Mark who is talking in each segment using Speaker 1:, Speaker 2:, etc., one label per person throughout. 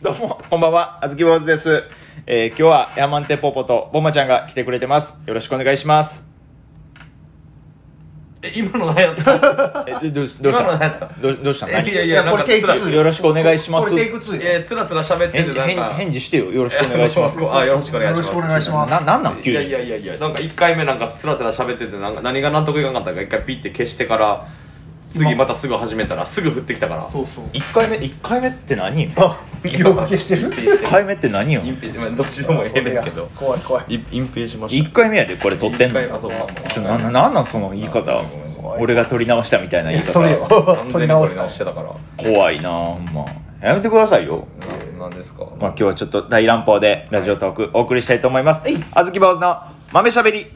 Speaker 1: どうも、こんばんは、あずき坊主です。えー、今日はヤーマンテポポとボンマちゃんが来てくれてます。よろしくお願いします。
Speaker 2: え今の何やった
Speaker 1: え、どどうしどうし
Speaker 2: 今
Speaker 1: た
Speaker 2: の何やった
Speaker 1: どうどうしたの
Speaker 2: いやい
Speaker 3: い
Speaker 2: や
Speaker 3: や、
Speaker 2: なん
Speaker 3: これ
Speaker 2: か
Speaker 3: テイク
Speaker 2: 辛い
Speaker 3: 2。
Speaker 1: よろしくお願いします
Speaker 3: これテイク2
Speaker 2: いや
Speaker 3: よ。
Speaker 2: つらつら喋って
Speaker 1: 返
Speaker 2: てなん
Speaker 1: 返
Speaker 2: か
Speaker 1: 返事してよ。よろしくお願いします。
Speaker 2: あよろしくお願いします
Speaker 3: よろしくお願いします
Speaker 1: な、なんなん急
Speaker 2: い
Speaker 1: に。
Speaker 2: やいやいやいやなんか1回目なんかつらつら喋っててなんか何が納得いかんかったか1回ピッて消してから次またすぐ始めたらすぐ降ってきたから
Speaker 3: そうそう。
Speaker 1: 一回目、一回目って何よ
Speaker 3: あ、記憶消してる
Speaker 2: 隠蔽し
Speaker 1: 一回目って何よ
Speaker 2: 隠蔽まあどっちでもええねんけど
Speaker 3: 怖い怖い。
Speaker 2: い隠蔽しまし
Speaker 1: 一
Speaker 2: た
Speaker 1: 回目やで、これ撮ってんの。
Speaker 2: 一回あそうまあまあ
Speaker 1: ちょ、な、ななんなんその言い方
Speaker 2: ごめんごめんごめん。
Speaker 1: 俺が撮り直したみたいな言い
Speaker 3: そ
Speaker 1: 方
Speaker 3: れ。よ。
Speaker 2: 完全
Speaker 3: 取
Speaker 2: に
Speaker 3: り
Speaker 2: 取
Speaker 3: 直
Speaker 2: り
Speaker 3: し
Speaker 2: 直
Speaker 3: た。
Speaker 2: してたから
Speaker 1: 怖いなほんまあ。やめてくださいよ。
Speaker 2: ななんですか
Speaker 1: まあ、今日はちょっと大乱暴でラジオトークお送りしたいと思います。あずき坊主の豆しゃべり。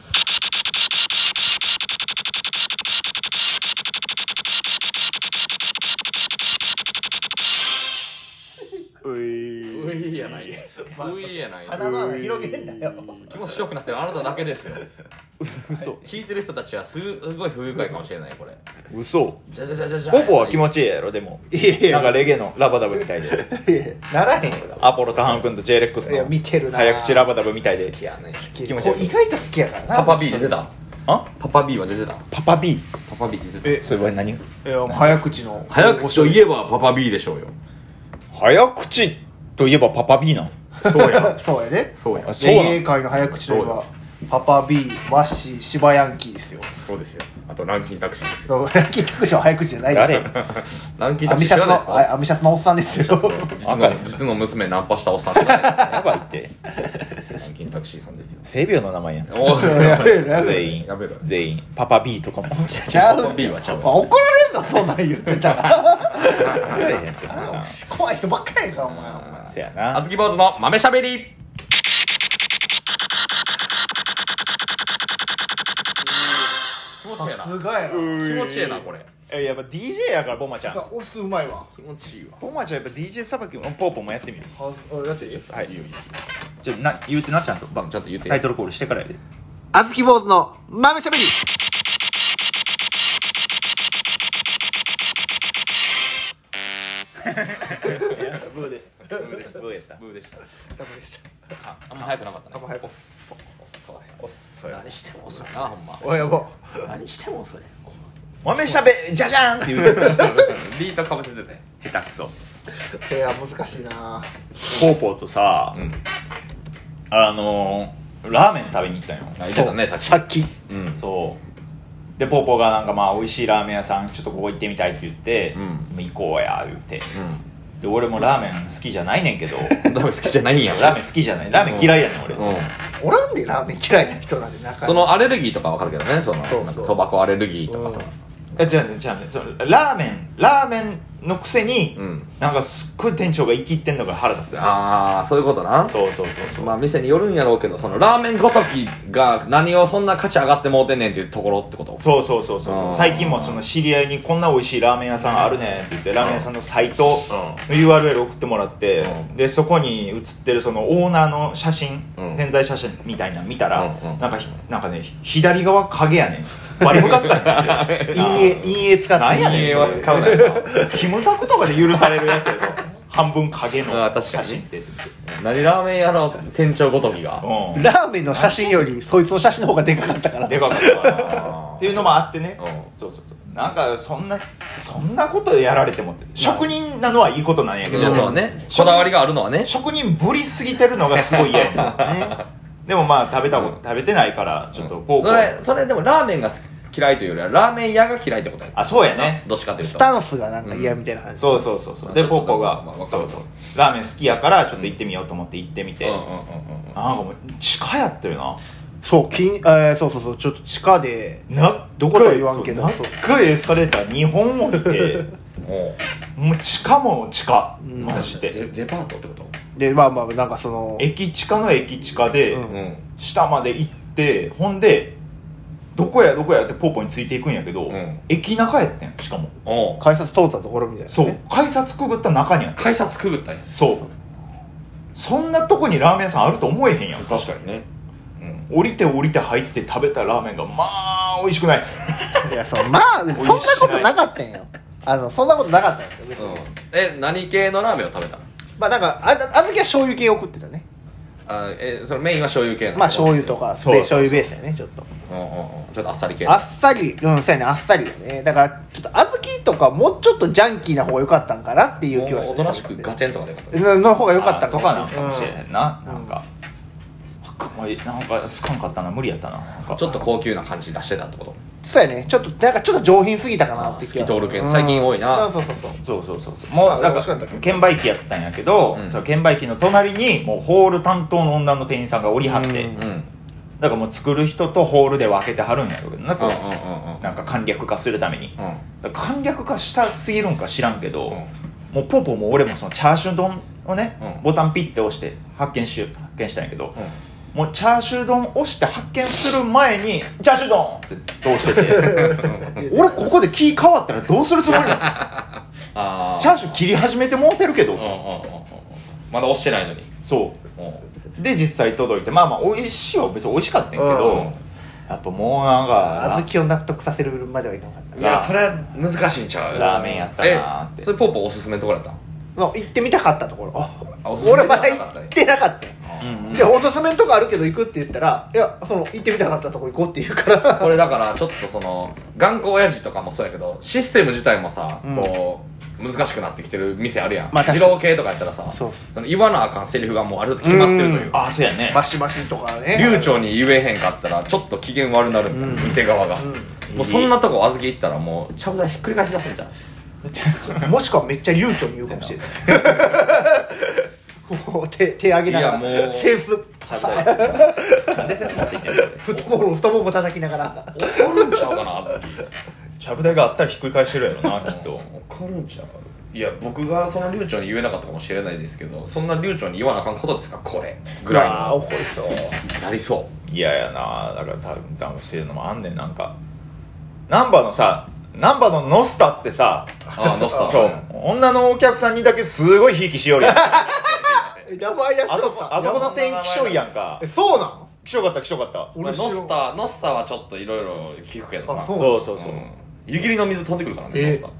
Speaker 1: う
Speaker 2: う
Speaker 1: い
Speaker 2: いやないういやない
Speaker 3: 鼻の穴広げんなよ。
Speaker 2: 気持ちよくなってるあなただけですよ
Speaker 1: 嘘
Speaker 2: 聞いてる人たちはすごい不愉快かもしれないこれ
Speaker 1: 嘘
Speaker 2: じゃじゃじゃじゃじゃ
Speaker 1: ポポは気持ちいいやろでもなんかレゲエのラバダブみたいで
Speaker 3: いやならへんよ。
Speaker 1: アポロとハン君と j レックス
Speaker 3: いや、
Speaker 1: の
Speaker 3: 見てるな。
Speaker 1: 早口ラバダブみたいで
Speaker 2: いやね
Speaker 1: 気持ち悪い
Speaker 3: 意外と好きやからな。
Speaker 2: パパ B 出てた
Speaker 1: あ
Speaker 2: パパ B は出てた
Speaker 1: パパ B
Speaker 2: パパ B 出て
Speaker 3: え、
Speaker 1: それは何
Speaker 3: いや、もう早口の。
Speaker 2: た早口といえばパパ B でしょうよ
Speaker 1: 早口といえばパパ B なん
Speaker 2: そう
Speaker 3: ば。そうやね。
Speaker 2: そうや
Speaker 1: あそうなの
Speaker 3: 霊界の早口といえば
Speaker 2: そ、
Speaker 3: パパ B、ワッシー、シバヤンキーですよ。
Speaker 2: そうですよあとランキンタクシーですよ
Speaker 3: そう、ヤンキー特集は早口じゃないです
Speaker 1: 誰
Speaker 3: よ。
Speaker 2: ランキン
Speaker 3: ア
Speaker 2: タク
Speaker 3: ミ
Speaker 2: シー
Speaker 3: シ
Speaker 2: 知ら
Speaker 3: ャツ
Speaker 2: ないです
Speaker 3: の、
Speaker 2: か
Speaker 3: あアミシャツのおっさんですよ。
Speaker 2: 実の実の娘ナンパしたおっさん知らない
Speaker 1: やばいって
Speaker 2: ですかランキンタクシーさんですよ
Speaker 1: 性病の名前やん
Speaker 2: おい
Speaker 3: やべえな、それ
Speaker 1: 全員
Speaker 2: やべろ
Speaker 1: 全員パパ B とかも
Speaker 3: ちゃう
Speaker 2: パパ B はちゃう
Speaker 3: あ怒られんのそんなん言ってたら
Speaker 1: やれへんってな
Speaker 3: 怖い人ばっかりやからお前お前
Speaker 1: せや
Speaker 2: あ
Speaker 1: な
Speaker 2: ずき坊主の豆しゃべり気持ちいいな
Speaker 3: さすがやな
Speaker 2: 気持ちいいなこれ
Speaker 1: れやっぱ DJ やからボマちゃ
Speaker 3: さ
Speaker 1: ん
Speaker 3: あ押すうまいわ
Speaker 2: 気持ちいいわ
Speaker 1: ボマちゃんやっぱ DJ さばきもポーポーもやってみる
Speaker 3: はあやっていい
Speaker 1: はいじゃあな言うてなちゃんとば
Speaker 2: ちょっと言うて
Speaker 1: タイトルコールしてからやで
Speaker 3: あずき坊主の豆しゃべり
Speaker 1: ブーですブーですブーやった
Speaker 2: ブーでした
Speaker 3: ダメでした
Speaker 2: ああんま早くなかったね
Speaker 3: あんま早く
Speaker 2: おっそおっそ
Speaker 1: おっそい
Speaker 2: 何しても遅いなほんま
Speaker 3: おいやば
Speaker 2: 何しても遅い
Speaker 1: 豆しゃべじゃじゃんって言う
Speaker 2: リートかぶせてね
Speaker 1: 下手くそ
Speaker 3: いや難しいな
Speaker 1: ポーポーとさ
Speaker 2: うん
Speaker 1: あのーラーメン食べに行ったんよ
Speaker 2: 言ってたねさっき
Speaker 3: さっき
Speaker 2: うん
Speaker 1: そうでポーポーがなんかまあ美味しいラーメン屋さんちょっとここ行ってみたいって言って、
Speaker 2: う
Speaker 1: 行こうや言ってで俺もラーメン好きじゃないねんけど
Speaker 2: うんラーメン好きじゃないんや
Speaker 1: ラーメン好きじゃないラーメン嫌いやねん俺、
Speaker 2: うん
Speaker 3: おらんでラーメン嫌いな人なんてなかなか
Speaker 2: そのアレルギーとかわかるけどねその
Speaker 3: そうそう
Speaker 2: なんかそば粉アレルギーとかさ
Speaker 1: え違うね違うねそのラーメンラーメンのくせに、
Speaker 2: うん
Speaker 1: なんかすっごい店長が生きってんのが腹立つね
Speaker 2: ああそういうことな
Speaker 1: そうそうそうそう、
Speaker 2: まあ店によるんやろうけどそのラーメンごときが何をそんな価値上がってもうてんねんっていうところってこと
Speaker 1: そうそうそうそううん最近もその知り合いにこんな美味しいラーメン屋さんあるねって言ってラーメン屋さんのサイトの URL 送ってもらって、
Speaker 2: うん
Speaker 1: でそこに写ってるそのオーナーの写真、
Speaker 2: うん
Speaker 1: 潜在写真みたいなの見たら、
Speaker 2: うんうん
Speaker 1: なんかひなんかね左側影やねんバリムカつかへん
Speaker 3: 陰影陰影使って
Speaker 1: なんやねん
Speaker 2: 陰
Speaker 1: それ
Speaker 2: 影は使うなよな
Speaker 1: キムタクとかで許されるやつやぞ半分影
Speaker 2: あー確か
Speaker 1: の
Speaker 2: に
Speaker 1: 写真って
Speaker 2: 何ラーメン屋の店長ごときが
Speaker 1: うん
Speaker 3: ラーメンの写真よりそいつの写真の方がでかかったから
Speaker 1: でかかったなっていうのもあってね
Speaker 2: うん
Speaker 1: そうそうそうなんかそんなそんなことやられてもって職人なのはいいことなんやけ
Speaker 2: い
Speaker 1: ど
Speaker 2: やそうねこだわりがあるのはね
Speaker 1: 職人ぶりすぎてるのがすごい嫌やね でもまあ食べたこと食べてないからちょっとこうこ
Speaker 2: そうれそれでもラーメンが好き嫌いというよりはラーメン屋が嫌いってことや
Speaker 1: あそうやね
Speaker 2: どっちかというと
Speaker 3: スタンスがなんか嫌みたいな感じ
Speaker 1: そうそうそうそうで
Speaker 2: ちょっと
Speaker 1: ポコが
Speaker 2: まあわか
Speaker 1: そ
Speaker 2: る
Speaker 1: うそうラーメン好きやからちょっと行ってみようと思って行ってみて
Speaker 2: うんうんうんうん
Speaker 1: なんかもう地下やったよ
Speaker 3: そうきんえーそうそうそうちょっと地下で
Speaker 1: なな
Speaker 3: どことは言わんけど
Speaker 1: そう長いエスカレーター2本置いて
Speaker 2: おう
Speaker 1: もう地下も地下
Speaker 3: うん
Speaker 1: マジで
Speaker 2: デデパートってこと
Speaker 3: でまあまあなんかその
Speaker 1: 駅地下の駅地下で、
Speaker 3: うん
Speaker 2: ん
Speaker 1: 下まで行ってほんでどこやどこやってポーポーについていくんやけど、
Speaker 2: うん
Speaker 1: 駅中やってんしかも
Speaker 2: おう
Speaker 3: 改札通ったところみたいなね
Speaker 1: そう改札くぐった中にあった
Speaker 2: 改札くぐったんや
Speaker 1: そうそんなとこにラーメン屋さんあると思えへんやん
Speaker 2: 確かにねうん
Speaker 1: 降りて降りて入って食べたラーメンがまあ美味しくない
Speaker 3: いやそうまあそんなことなかったんよあのそんなことなかったんですよ別に、
Speaker 2: え何系のラーメンを食べたの
Speaker 3: まあなんかああずきは醤油系送ってたね
Speaker 2: あえそのメインは醤油系なの
Speaker 3: まあ醤油とか
Speaker 1: そうそうそう
Speaker 3: 醤油ベースやねちょっと
Speaker 2: うんうんうんちょっとあっさり系
Speaker 3: あっさりうんそうやねあっさりやねだからちょっと小豆とかもうちょっとジャンキーな方が良かったんかなっていう気は
Speaker 2: も
Speaker 3: し
Speaker 2: うおと
Speaker 3: て
Speaker 2: なしくガチェンとかでよかった
Speaker 3: のの方が良かった
Speaker 1: とか
Speaker 3: か
Speaker 1: なんかも
Speaker 3: もし
Speaker 1: しれ
Speaker 3: れな
Speaker 1: へ
Speaker 3: い
Speaker 1: んな、なんか白米なんか好かんかったな無理やったななんか
Speaker 2: ちょっと高級な感じ出してたってこと
Speaker 3: そうやねちょっとなんかちょっと上品すぎたかなって気が
Speaker 2: あ透き通る系最近多いな
Speaker 3: うんそうそうそうそう
Speaker 1: そうそうそうそうもうなん
Speaker 3: 美
Speaker 1: か
Speaker 3: 味しかったっけ
Speaker 1: 券売機やったんやけど、
Speaker 2: うん
Speaker 1: その券売機の隣にもうホール担当の女の店員さんがおりはって、
Speaker 3: うん
Speaker 2: うん
Speaker 1: だからもう作る人とホールで分けてはるんやろうけどなこう
Speaker 2: うんうんうんうん
Speaker 1: なんか簡略化するために、
Speaker 2: うん
Speaker 1: だから簡略化したすぎるんか知らんけど、
Speaker 2: うん
Speaker 1: もうポーポーも俺もそのチャーシュー丼をね、
Speaker 2: うん
Speaker 1: ボタンピッて押して発見し発見したんやけど、もうチャーシュー丼押して発見する前に「チャーシュー丼!」ってどうしてて俺ここで気変わったらどうするつもりな
Speaker 2: あ
Speaker 1: の
Speaker 2: あ
Speaker 1: チャーシュー切り始めてもうてるけど、
Speaker 2: うんうんうんうんまだ押してないのに
Speaker 1: そう
Speaker 2: うん
Speaker 1: で実際届いてまあまあ美味しいは別に美味しかったんやけど、
Speaker 2: うん
Speaker 1: やっぱもうなん
Speaker 3: 小
Speaker 1: か
Speaker 3: 豆を納得させるまではいかなかった
Speaker 2: い
Speaker 1: ラ
Speaker 2: や
Speaker 1: ー
Speaker 2: それは難しいんちゃう
Speaker 1: ラーメンやったなーって
Speaker 2: えそれポーポーおすすめのところやった
Speaker 3: の行ってみたかったところ
Speaker 2: あおすすめ
Speaker 3: 俺まだ行ってなかったよ
Speaker 1: うんうん
Speaker 3: でおすすめのとこあるけど行くって言ったらいやその行ってみたかったとこ行こうって言 うから
Speaker 2: これだからちょっとその頑固親父とかもそうやけどシステム自体もさ、
Speaker 3: うん
Speaker 2: こう難しくなってきてる店あるやん、
Speaker 3: まあ確
Speaker 2: 二
Speaker 3: かに
Speaker 2: 郎系とかやったらさ
Speaker 3: そう
Speaker 2: の言わなあかんセリフがもうある程度決まってるというか
Speaker 1: あそうやね
Speaker 3: マシマシとかね
Speaker 2: 流暢に言えへんかったらちょっと機嫌悪なるんだよ、
Speaker 3: うん
Speaker 2: 店側が、
Speaker 3: う
Speaker 2: もうそんなとこ小豆行ったらもうちゃぶ台ひっくり返し出すんじゃん
Speaker 3: もしくはめっちゃ流暢に言うかもしれない もう手手上げながら
Speaker 2: いやもう
Speaker 3: センス
Speaker 2: ちゃぶ台
Speaker 1: なんで先生持っていってんの
Speaker 3: 太もも太もも叩きながら
Speaker 2: 怒るんちゃうかな小豆
Speaker 1: ちゃぶ台があったらひっくり返してるやろなきっと
Speaker 2: 怒るんちゃういや僕がその流暢に言えなかったかもしれないですけどそんな流暢に言わなあかんことですかこれぐらい
Speaker 3: あ
Speaker 2: の
Speaker 3: 怒りそう
Speaker 2: なりそう
Speaker 1: 嫌やなだから多分ダウンしてるのもあんねんなんか難波のさ難波のノスタってさ
Speaker 2: あ あノスター
Speaker 1: そう女のお客さんにだけすごいひいきしよる やん
Speaker 3: やばいやつ
Speaker 1: あそこあそこの店員きしょいやんか
Speaker 3: えそうなの
Speaker 1: きしょかったきしょかった
Speaker 2: まあ
Speaker 3: 知らん
Speaker 2: ノスターノスターはちょっといろいろ聞くけどな
Speaker 3: あそう
Speaker 1: そうそうそう、
Speaker 2: ん湯切りの水飛んでくるからね、
Speaker 3: え
Speaker 2: ノスター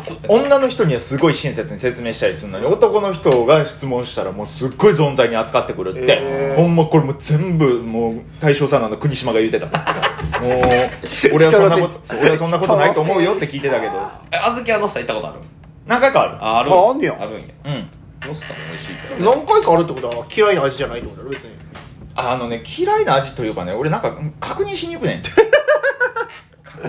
Speaker 2: 熱っ
Speaker 1: 女の人にはすごい親切に説明したりするのに男の人が質問したらもうすっごい存在に扱ってくるって、
Speaker 3: えー
Speaker 1: ほんまこれもう全部もう大正さんなの国島が言うてたもう俺はそんなこと俺はそんなことないと思うよって聞いてたけど
Speaker 2: えあずきはノスター行ったことある
Speaker 1: 何回か
Speaker 2: あある
Speaker 3: ああんねや
Speaker 2: あるんや
Speaker 1: あるうん
Speaker 2: ノスターも美味しいけど
Speaker 3: 何回かあるってことは嫌いな味じゃないってことだろ別に
Speaker 1: あのね嫌いな味というかね俺なんかうん確認しに行くねん そ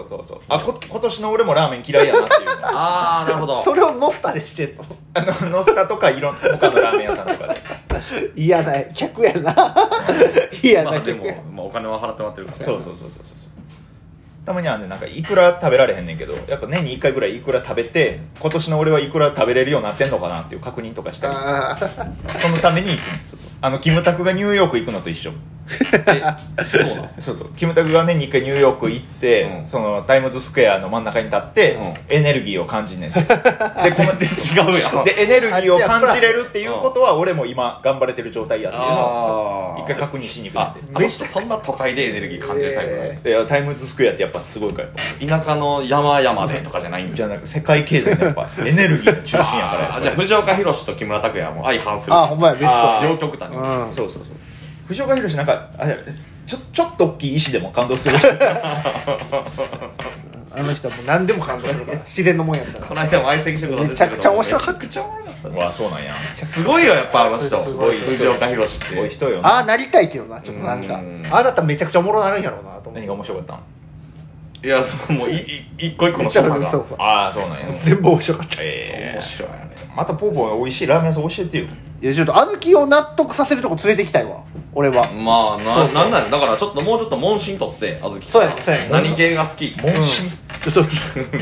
Speaker 1: うそうそうあこ今年の俺もラーメン嫌いやなっていうのあ
Speaker 2: ああなるほ ど
Speaker 3: それをノスタでしてんの
Speaker 1: のノスタとかいろん他のラーメン屋さんとかで
Speaker 3: 嫌な客やな 嫌
Speaker 2: ま
Speaker 3: な
Speaker 2: あで
Speaker 3: 客や
Speaker 2: も、まあ、お金は払ってもらってるから
Speaker 1: そうそうそうそうそうたまにはねなんかいくら食べられへんねんけどやっぱ年に1回ぐらいいくら食べて今年の俺はいくら食べれるようになってんのかなっていう確認とかしたり
Speaker 3: あー
Speaker 1: そのために行くんですあのキムタクがニューヨーク行くのと一緒
Speaker 2: え そうなの
Speaker 1: そうそうキムタクが年に1回ニューヨーク行って、
Speaker 2: うん
Speaker 1: そのタイムズスクエアの真ん中に立って、
Speaker 2: う
Speaker 1: エネルギーを感じ んねんてでこの
Speaker 2: 違うやん
Speaker 1: でエネルギーを感じれるっていうことは俺も今頑張れてる状態やっていうのを
Speaker 2: あー
Speaker 1: 一回確認しに行くっ
Speaker 2: あ
Speaker 1: て
Speaker 2: あの人そんな都会でエネルギー感じるタイプだね、
Speaker 1: いやタイムズスクエアってやっぱすごいからやっぱ
Speaker 2: 田舎の山々でとかじゃないん
Speaker 1: じゃ
Speaker 2: や
Speaker 1: なく世界経済のやっぱ エネルギーの中心やからや
Speaker 2: あ
Speaker 1: っ
Speaker 2: じゃあ
Speaker 1: ぱ
Speaker 2: 藤岡弘と木村拓哉はもう相反する
Speaker 3: あーほんまや別
Speaker 1: あ
Speaker 3: に
Speaker 1: ー
Speaker 2: 両極端に、
Speaker 3: うん
Speaker 1: りそうそうそう藤岡弘なんかあれやろちょちょっと大きい石でも感動する
Speaker 3: あの人はもう何でも感動する から自然のもんやった
Speaker 2: こ
Speaker 3: ら
Speaker 2: の間も相席食堂出て
Speaker 3: めちゃくちゃ面白
Speaker 2: い
Speaker 3: かった
Speaker 1: うわそうなんや
Speaker 2: すごいよやっぱあの人
Speaker 3: すごい
Speaker 2: 藤岡弘って
Speaker 1: すごい人よ
Speaker 3: ああなりたいけどなちょっとなんか
Speaker 2: うん
Speaker 3: ああだったらめちゃくちゃおもろなるんやろうなと思
Speaker 1: 何
Speaker 3: う
Speaker 1: が面白かったの
Speaker 2: いやそこもういい一個一個
Speaker 3: め
Speaker 2: の
Speaker 3: っちゃ
Speaker 2: 所
Speaker 3: そ
Speaker 2: 作
Speaker 3: う
Speaker 2: が
Speaker 3: そう
Speaker 1: ああそうなんや
Speaker 3: 全部面白かった
Speaker 1: ええ
Speaker 2: 面白いよね
Speaker 1: またポーポー美味しいラーメン屋さん教えてよ
Speaker 3: いやちょっと小豆を納得させるとこ連れて行きたいわ俺は
Speaker 2: まあ
Speaker 3: そ
Speaker 2: な
Speaker 3: うそう
Speaker 2: なんなんやだからちょっともうちょっと問診取ってあずき
Speaker 3: そうやねそうやね
Speaker 2: 何系が好き
Speaker 1: 問 診
Speaker 3: ちょっと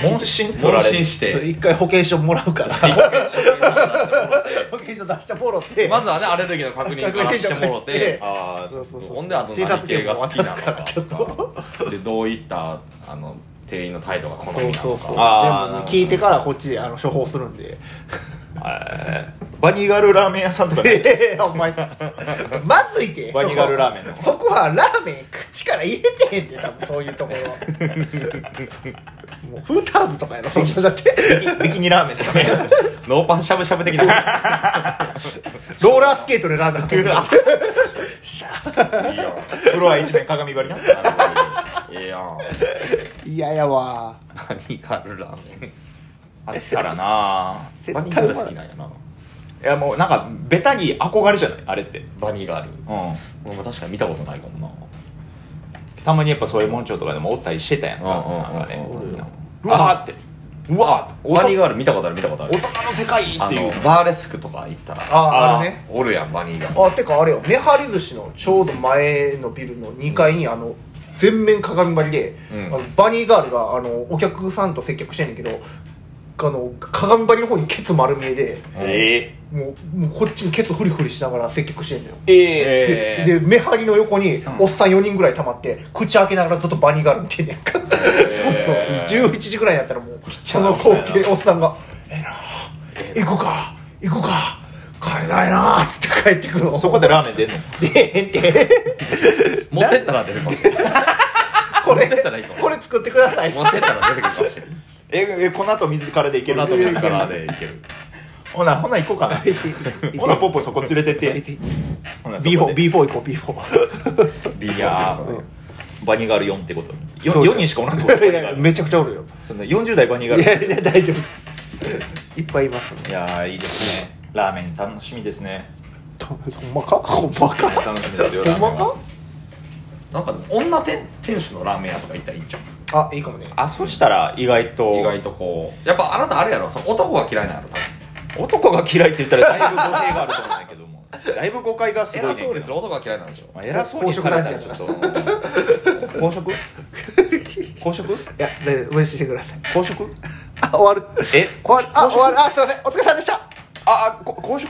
Speaker 1: 問診取ら
Speaker 2: 問
Speaker 1: れる
Speaker 2: 診して
Speaker 3: 一回保険証もらうから 保険証出してもろって
Speaker 2: まずはねアレルギーの確認からしてもろ
Speaker 3: 確認からして
Speaker 2: て
Speaker 1: ああそう
Speaker 3: そうそう
Speaker 2: ほんであと
Speaker 3: 診
Speaker 2: 何
Speaker 3: 察
Speaker 2: 系
Speaker 3: 券
Speaker 2: が
Speaker 3: も
Speaker 2: 好きなの
Speaker 3: 渡すから
Speaker 2: か
Speaker 3: ちょっと
Speaker 2: でどういったあの店員の態度が好みな
Speaker 3: そ
Speaker 2: の
Speaker 3: う
Speaker 2: か
Speaker 3: そうそうでも
Speaker 1: あーなるほど
Speaker 3: 聞いてからこっちであの処方するんで
Speaker 1: えーバニーガールラーメン屋さんとかね
Speaker 3: ええお前まずいて
Speaker 1: バニガルラーメンの
Speaker 3: そこはラーメン口から入れてへんって多分そういうところもうフーターズとかやろそんなだって
Speaker 1: ビキニラーメンとかね
Speaker 2: ノーパンしゃぶしゃぶ的な
Speaker 3: ローラースケートでランナー 運ぶ
Speaker 2: いいよ
Speaker 1: フロア一面鏡張りな
Speaker 2: ええやん
Speaker 3: 嫌やわ
Speaker 2: 何があるラーメン
Speaker 1: あったらな
Speaker 3: 絶
Speaker 2: バニーガール
Speaker 3: 対うまい
Speaker 2: 好きなんやない
Speaker 1: やもうなんかベタに憧れじゃないあれって
Speaker 2: バニーガール
Speaker 1: う
Speaker 2: 俺も確かに見たことないかもなん
Speaker 1: たまにやっぱそういう門長とかでもおったりしてたやんかなんかね
Speaker 2: うんうんうんうん
Speaker 1: うわーって
Speaker 2: うわバニーガール見たことある見たことあ
Speaker 1: 大
Speaker 2: る
Speaker 1: 人の世界って
Speaker 2: あ
Speaker 1: い
Speaker 2: の
Speaker 1: う
Speaker 2: バーレスクとか行ったらさ
Speaker 3: あ
Speaker 1: あ
Speaker 3: あ
Speaker 1: ー
Speaker 3: あれね
Speaker 2: おるやんバニーガール
Speaker 3: あてかあれよ目張り寿司のちょうど前のビルの2階にあの全面鏡張りで、
Speaker 2: うん
Speaker 3: あのバニーガールがあのお客さんと接客してんねんけどあの鏡張りの方にケツ丸見えで
Speaker 1: え
Speaker 3: もうもうこっちにケツフリフリしながら接客してんのよ
Speaker 1: ーえ
Speaker 2: え
Speaker 3: でで目張りの横に
Speaker 1: ん
Speaker 3: おっさん4人ぐらい溜まって、口開けながらずっとバニーガール見てんねんか、
Speaker 2: へー
Speaker 3: そうそう11時ぐらいになったらもうその
Speaker 1: そうや
Speaker 3: 光
Speaker 1: な
Speaker 3: 景おっさんが「ええな行くか行くか帰れないな」って帰ってくるの
Speaker 1: ーそこでラーメン出んの
Speaker 3: でえんて
Speaker 2: 持ってったら出るかもし れない
Speaker 3: これ
Speaker 2: 持ってったらいいかも
Speaker 3: これ作ってください
Speaker 2: 持ってったら出てくるかもしれない
Speaker 1: ええこの後水からでいけ
Speaker 2: こ
Speaker 1: る
Speaker 2: の後自らでいける
Speaker 1: ほなほな行こうかなほなポッポそこ連れてってほなそこで
Speaker 3: B4B4 行こう B4
Speaker 1: いやーバニーガール4ってことよ
Speaker 3: そう
Speaker 1: 4人しかおらんってこと
Speaker 3: いやいや めちゃくちゃおるよ
Speaker 1: そんな40代バニーガー
Speaker 3: い
Speaker 1: ル
Speaker 3: やいや大丈夫ですいっぱいいますね
Speaker 1: いやーいいですねラーメン楽しみですね
Speaker 3: ほんまかほんまか
Speaker 1: 楽しみ ですよ
Speaker 3: ほ
Speaker 1: ラ
Speaker 3: んま
Speaker 1: ーメンは
Speaker 3: か
Speaker 2: なんかでも女店店主のラーメン屋とか行ったらいいんちゃう
Speaker 3: あいいかもね
Speaker 1: あそしたら意外と
Speaker 2: 意外とこうやっぱあなたあれやろその男が嫌いなんやろ多分
Speaker 1: 男が嫌いって言ったらだいぶ誤解があると思うんだけど もだいぶ誤解がすごい
Speaker 2: 偉
Speaker 1: ね
Speaker 2: そうにする男が嫌いなんでし
Speaker 1: ま
Speaker 2: ょ
Speaker 1: あ偉そうにされたらちょっと公 職公職
Speaker 3: いや大丈夫無視してください
Speaker 1: 公職
Speaker 3: あ終わる
Speaker 1: え
Speaker 3: 終わるあ終わるあすいませんお疲れ様でした
Speaker 1: ああこ公職